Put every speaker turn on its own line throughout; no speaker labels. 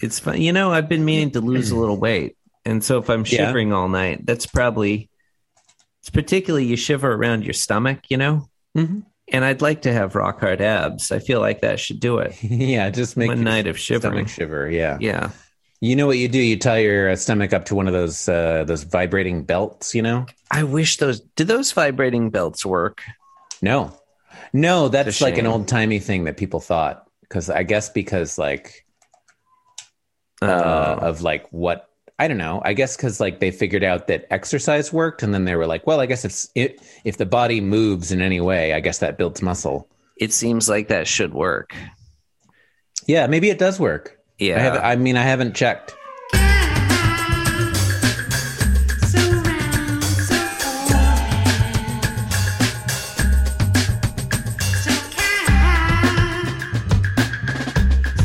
It's fun. You know, I've been meaning to lose a little weight. And so if I'm
Yeah.
shivering all night, that's probably, it's particularly you shiver around your stomach, you know?
Mhm.
And I'd like to have rock hard abs. I feel like that should do it.
yeah, just make
One
your
night of shivering.
stomach shiver. Yeah.
Yeah.
You know what you do? You tie your uh, stomach up to one of those uh, those vibrating belts. You know?
I wish those, do those vibrating belts work?
No, no, that's like an
shame.
old timey thing that people thought because I guess because like
Uh,
uh, of like what I don't know. I guess because like they figured out that exercise worked, and then they were like, well, I guess if it, if the body moves in any way, I guess that builds muscle.
it seems like that should work.
Yeah, maybe it does work.
Yeah.
I, have, I mean, I haven't checked.
So round, so forehead, so kind.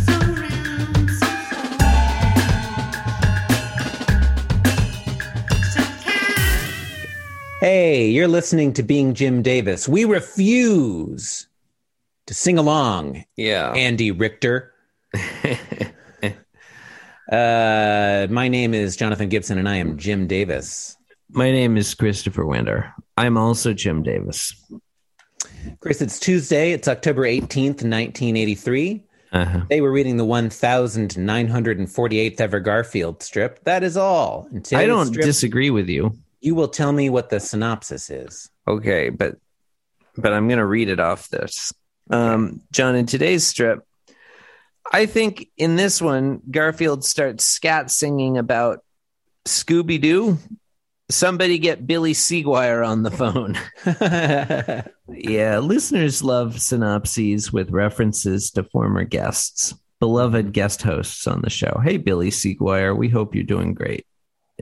So round, so forehead, so kind.
Hey, you're listening to Being Jim Davis. We refuse to sing along,
yeah.
Andy Richter. Uh, my name is Jonathan Gibson, and I am Jim Davis.
My name is Christopher Winter. I'm also Jim Davis.
Chris, it's Tuesday. It's October 18th, 1983.
Uh-huh.
They were reading the 1948th ever Garfield strip. That is all. In today's
I don't
strip,
disagree with you.
you will tell me what the synopsis is.
Okay, but but I'm gonna read it off this. Um, John, in today's strip, I think in this one, Garfield starts scat singing about Scooby Doo. Somebody get Billy Seaguire on the phone. yeah, listeners love synopses with references to former guests, beloved guest hosts on the show. Hey, Billy Seaguire, we hope you're doing great.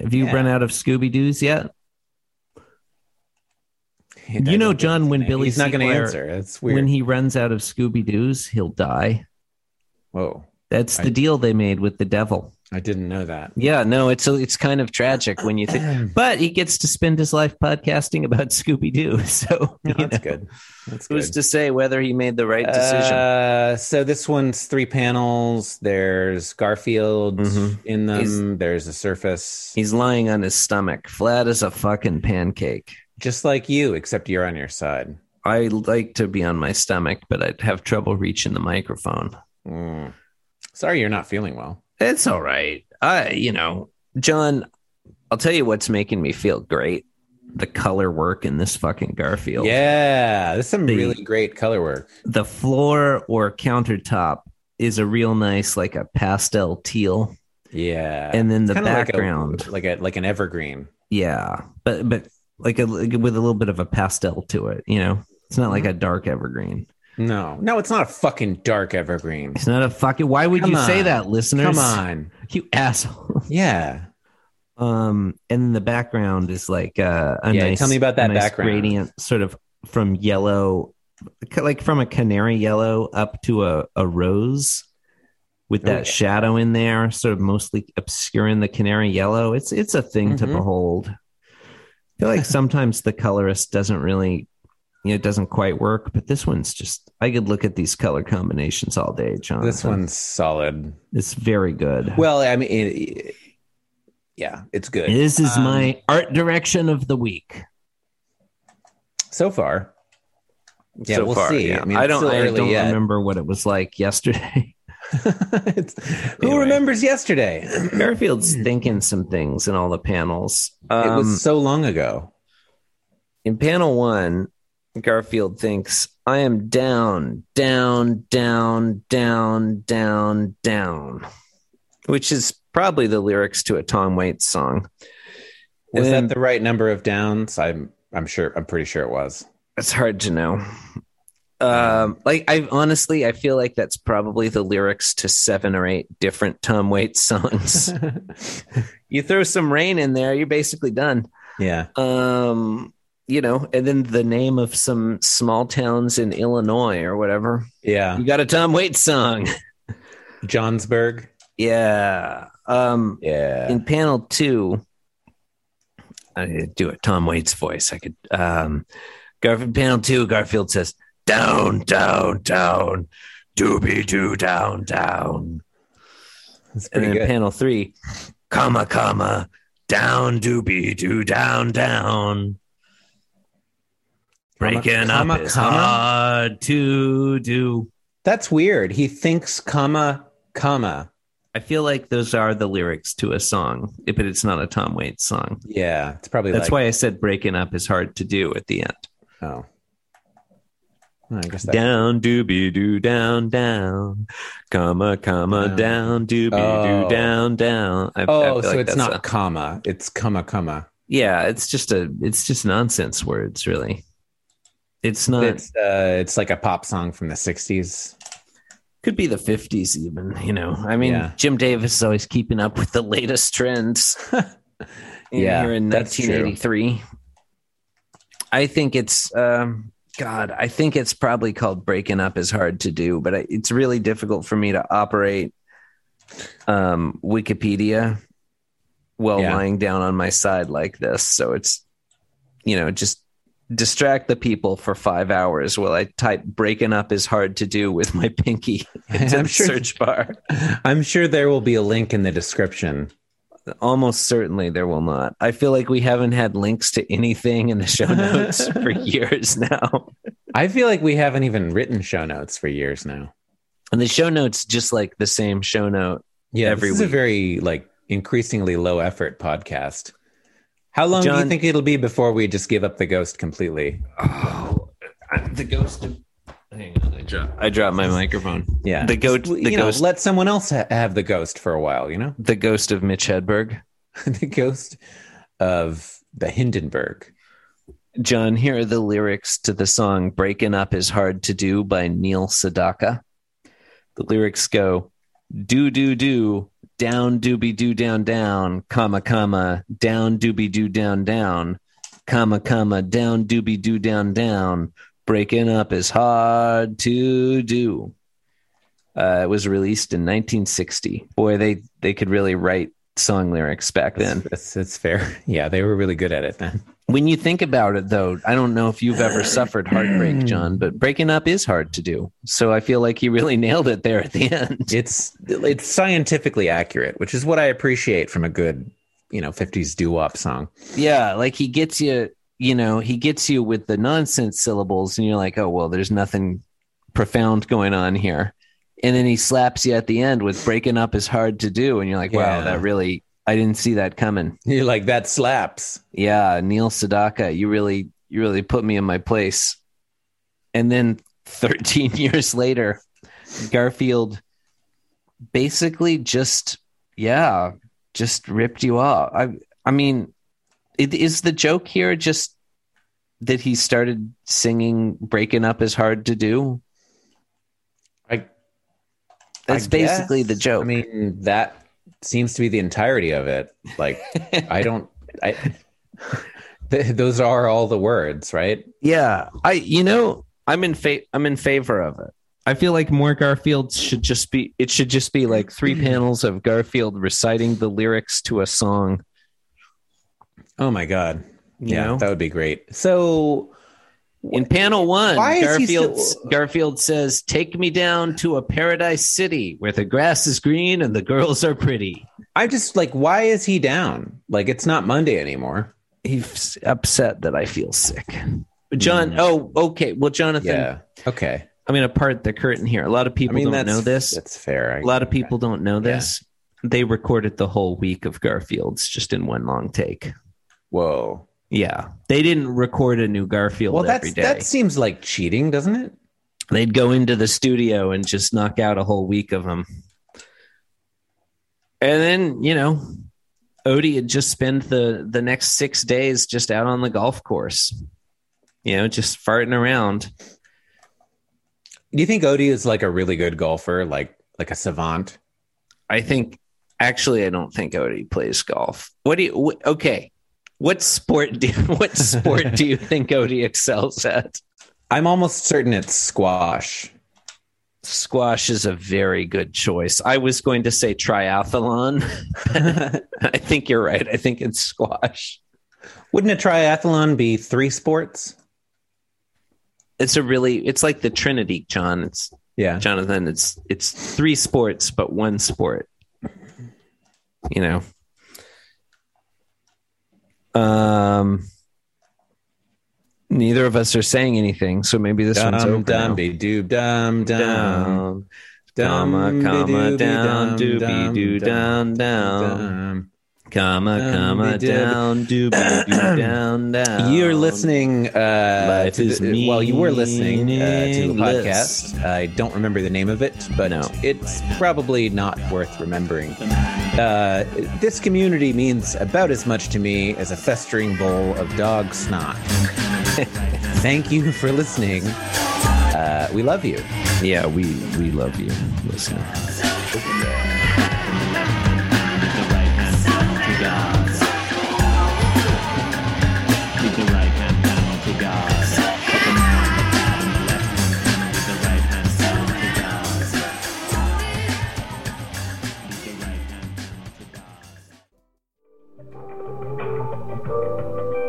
Have you
Yeah.
run out of Scooby Doos yet? You know, John, when Billy
Billy's not going to
Sinclair-
answer. It's weird.
When he runs out of Scooby Doo's, he'll die.
Whoa,
That's the
I-
deal they made with the devil.
I didn't know that.
Yeah, no, it's it's kind of tragic when you think, but he gets to spend his life podcasting about Scooby Doo. So
No,
you
that's
know,
good. That's
who's
good.
to say whether he made the right decision?
Uh, so this one's three panels. There's Garfield
Mhm.
in them. There's a surface,
He's lying on his stomach, flat as a fucking pancake.
just like you, except you're on your side.
I like to be on my stomach, but I'd have trouble reaching the microphone.
Mm. Sorry, you're not feeling well.
It's all right. I, you know, John, I'll tell you what's making me feel great: the color work in this fucking Garfield.
Yeah, there's some
The-
really great color work.
the floor or countertop is a real nice like a pastel teal
Yeah,
and then the
Kinda like a-
background
like a, like an evergreen.
yeah but but like a like with a little bit of a pastel to it you know it's not like
Mm-hmm.
a dark evergreen
No, no, it's not a fucking dark evergreen.
it's not a fucking why would
Come
you say
on.
that listeners
Come on,
you asshole
yeah.
um and then the background is like uh a
Yeah,
nice,
tell me about
a
that
nice
background.
gradient sort of from yellow like from a canary yellow up to a, a rose with that
Okay.
shadow in there sort of mostly obscuring the canary yellow it's it's a thing to
Mhm.
behold i feel like sometimes the colorist doesn't really you know it doesn't quite work but this one's just i could look at these color combinations all day john
This one's solid.
it's very good
Well, I mean, it, yeah, it's good.
this is
Um,
my art direction of the week
so far. Yeah,
so
we'll
far,
see.
yeah.
I, mean,
I
it's
don't,
still
I
early
don't
yet.
remember what it was like yesterday.
It's- Who
Anyway.
remembers yesterday? it
Garfield's thinking some things in all the panels. Um,
Hmm. was so long ago.
in panel one, Garfield thinks, I am down, down, down, down, down, down, which is probably the lyrics to a Tom Waits song.
Was
and-
that the right number of downs? I'm I'm sure I'm pretty sure it was.
It's hard to know. Um, like I honestly, I feel like that's probably the lyrics to seven or eight different Tom Waits songs. you throw some rain in there, you're basically done.
yeah.
Um, you know, and then the name of some small towns in Illinois or whatever.
Yeah.
You got a Tom Waits song.
Johnsburg.
yeah. Um,
Yeah.
in panel two, I could do it. Tom Waits voice. I could. Um, Garfield panel two. Garfield says, "Down, down, down, doobie doo, down, down."
That's
and
pretty
then
good.
panel three, comma comma down doobie doo down down.
Comma,
Breaking
comma,
up is
comma?
hard to do.
That's weird. He thinks comma comma.
I feel like those are the lyrics to a song, but it's not a Tom Waits song.
Yeah, it's probably
That's
like,
why I said breaking up is hard to do at the end.
why. Oh, Well, I guess that.
Down doobie doo down down, comma comma
Down.
down doobie
Oh.
doo down down. I, I
oh,
feel
so
like
it's
that's
not
a-
comma. It's comma comma.
yeah, it's just a it's just nonsense words, really. It's not.
It's uh, it's like a pop song from the '60s.
could be the fifties, even. You know, I mean,
Yeah.
Jim Davis is always keeping up with the latest trends. in
Yeah,
here in
that's true.
1983. I think it's um, God. I think it's probably called "Breaking Up" is hard to do, but I, it's really difficult for me to operate um, Wikipedia while
Yeah.
lying down on my side like this. So it's you know just distract the people for five hours while I type "Breaking Up is hard to do" with my pinky into
I'm
the
sure.
search bar.
I'm sure there will be a link in the description.
almost certainly there will not. I feel like we haven't had links to anything in the show notes for years now.
I feel like we haven't even written show notes for years now.
And the show notes just like the same show note.
Yeah,
Every
this is a
week.
very like increasingly low effort podcast. How long do
John-
you think it'll be before we just give up the ghost completely?
Oh, the ghost of Hang on, I dropped I dropped my microphone.
Yeah,
The goat-
Just,
the
you know,
ghost-
let someone else ha- have the ghost for a while. You know,
The ghost of Mitch Hedberg.
the ghost of the Hindenburg.
John, here are the lyrics to the song Breaking Up is Hard to Do by Neil Sedaka. The lyrics go do do do down doobie doo down down comma comma down doobie doo down down comma comma down doobie doo down down breaking up is hard to do uh, it was released in 1960 boy they they could really write song lyrics back then
That's, that's, that's fair. Yeah, they were really good at it then.
when you think about it, though, I don't know if you've ever suffered heartbreak, John, but breaking up is hard to do. So I feel like he really nailed it there at the end.
It's it's scientifically accurate, which is what I appreciate from a good you know 50s doo-wop song.
Yeah, like he gets you, you know, he gets you with the nonsense syllables, and you're like, oh, well, there's nothing profound going on here. And then he slaps you at the end with breaking up is hard to do. And you're like, wow,
Yeah.
that really, I didn't see that coming.
You're like that slaps.
Yeah, Neil Sedaka, you really, you really put me in my place. And then 13 years later, Garfield basically just, yeah, just ripped you off. I, I mean, it, is the joke here just that he started singing "Breaking Up Is Hard to Do"?
I
That's
I
basically
guess.
the joke.
I mean, that seems to be the entirety of it. Like, I don't, I, th- those are all the words, right?
Yeah, I you know I'm in fa- I'm in favor of it. I feel like more Garfield should just be it should just be like three panels of Garfield reciting the lyrics to a song.
Oh my God.
You
yeah.
know,
That would be great. So,
in panel one,
Why is he
Garfield
still-
Garfield says, "Take me down to a paradise city where the grass is green and the girls are pretty."
I just like, why is he down? Like, it's not Monday anymore.
He's upset that I feel sick. John,
Mm.
oh, okay. Well, Jonathan,
Yeah. Okay.
I'm going to part the curtain here. A lot of people
I mean,
don't
that's,
know this.
That's fair. I-
a lot of people don't know this. They recorded the whole week of Garfield's just in one long take.
Whoa.
Yeah, they didn't record a new Garfield
Well,
every
that's,
day.
that seems like cheating, doesn't it?
They'd go into the studio and just knock out a whole week of them. And then you know, Odie had just spent the the next six days just out on the golf course. You know, just farting around.
Do you think Odie is like a really good golfer, like, like a savant?
I think actually I don't think Odie plays golf. What do you wh- okay? What sport do what sport do you think Odie excels at?
I'm almost certain it's squash.
Squash is a very good choice. I was going to say triathlon. I think you're right. I think it's squash.
Wouldn't a triathlon be three sports?
It's a really it's like the Trinity, John. It's
Yeah.
Jonathan. It's it's three sports but one sport. you know. Um, neither of us are saying anything, so maybe this one's
Dum
over.
dum
now.
be doob dum dum
down,
dum
comma, comma, down,
be-dooby, dum,
doobie,
dum,
doo, down, down,
dum.
comma,
dum,
comma,
be-doob.
down, doobie, doo, down, down.
You're listening. Uh,
Um, Life
to
is
the- well, you were listening uh, to a
meaningless.
podcast. I don't remember the name of it, but
No.
it's probably not worth remembering. Uh, this community means about as much to me as a festering bowl of dog snot. Thank you for listening. Uh, we love you.
Yeah, we we love you, listener.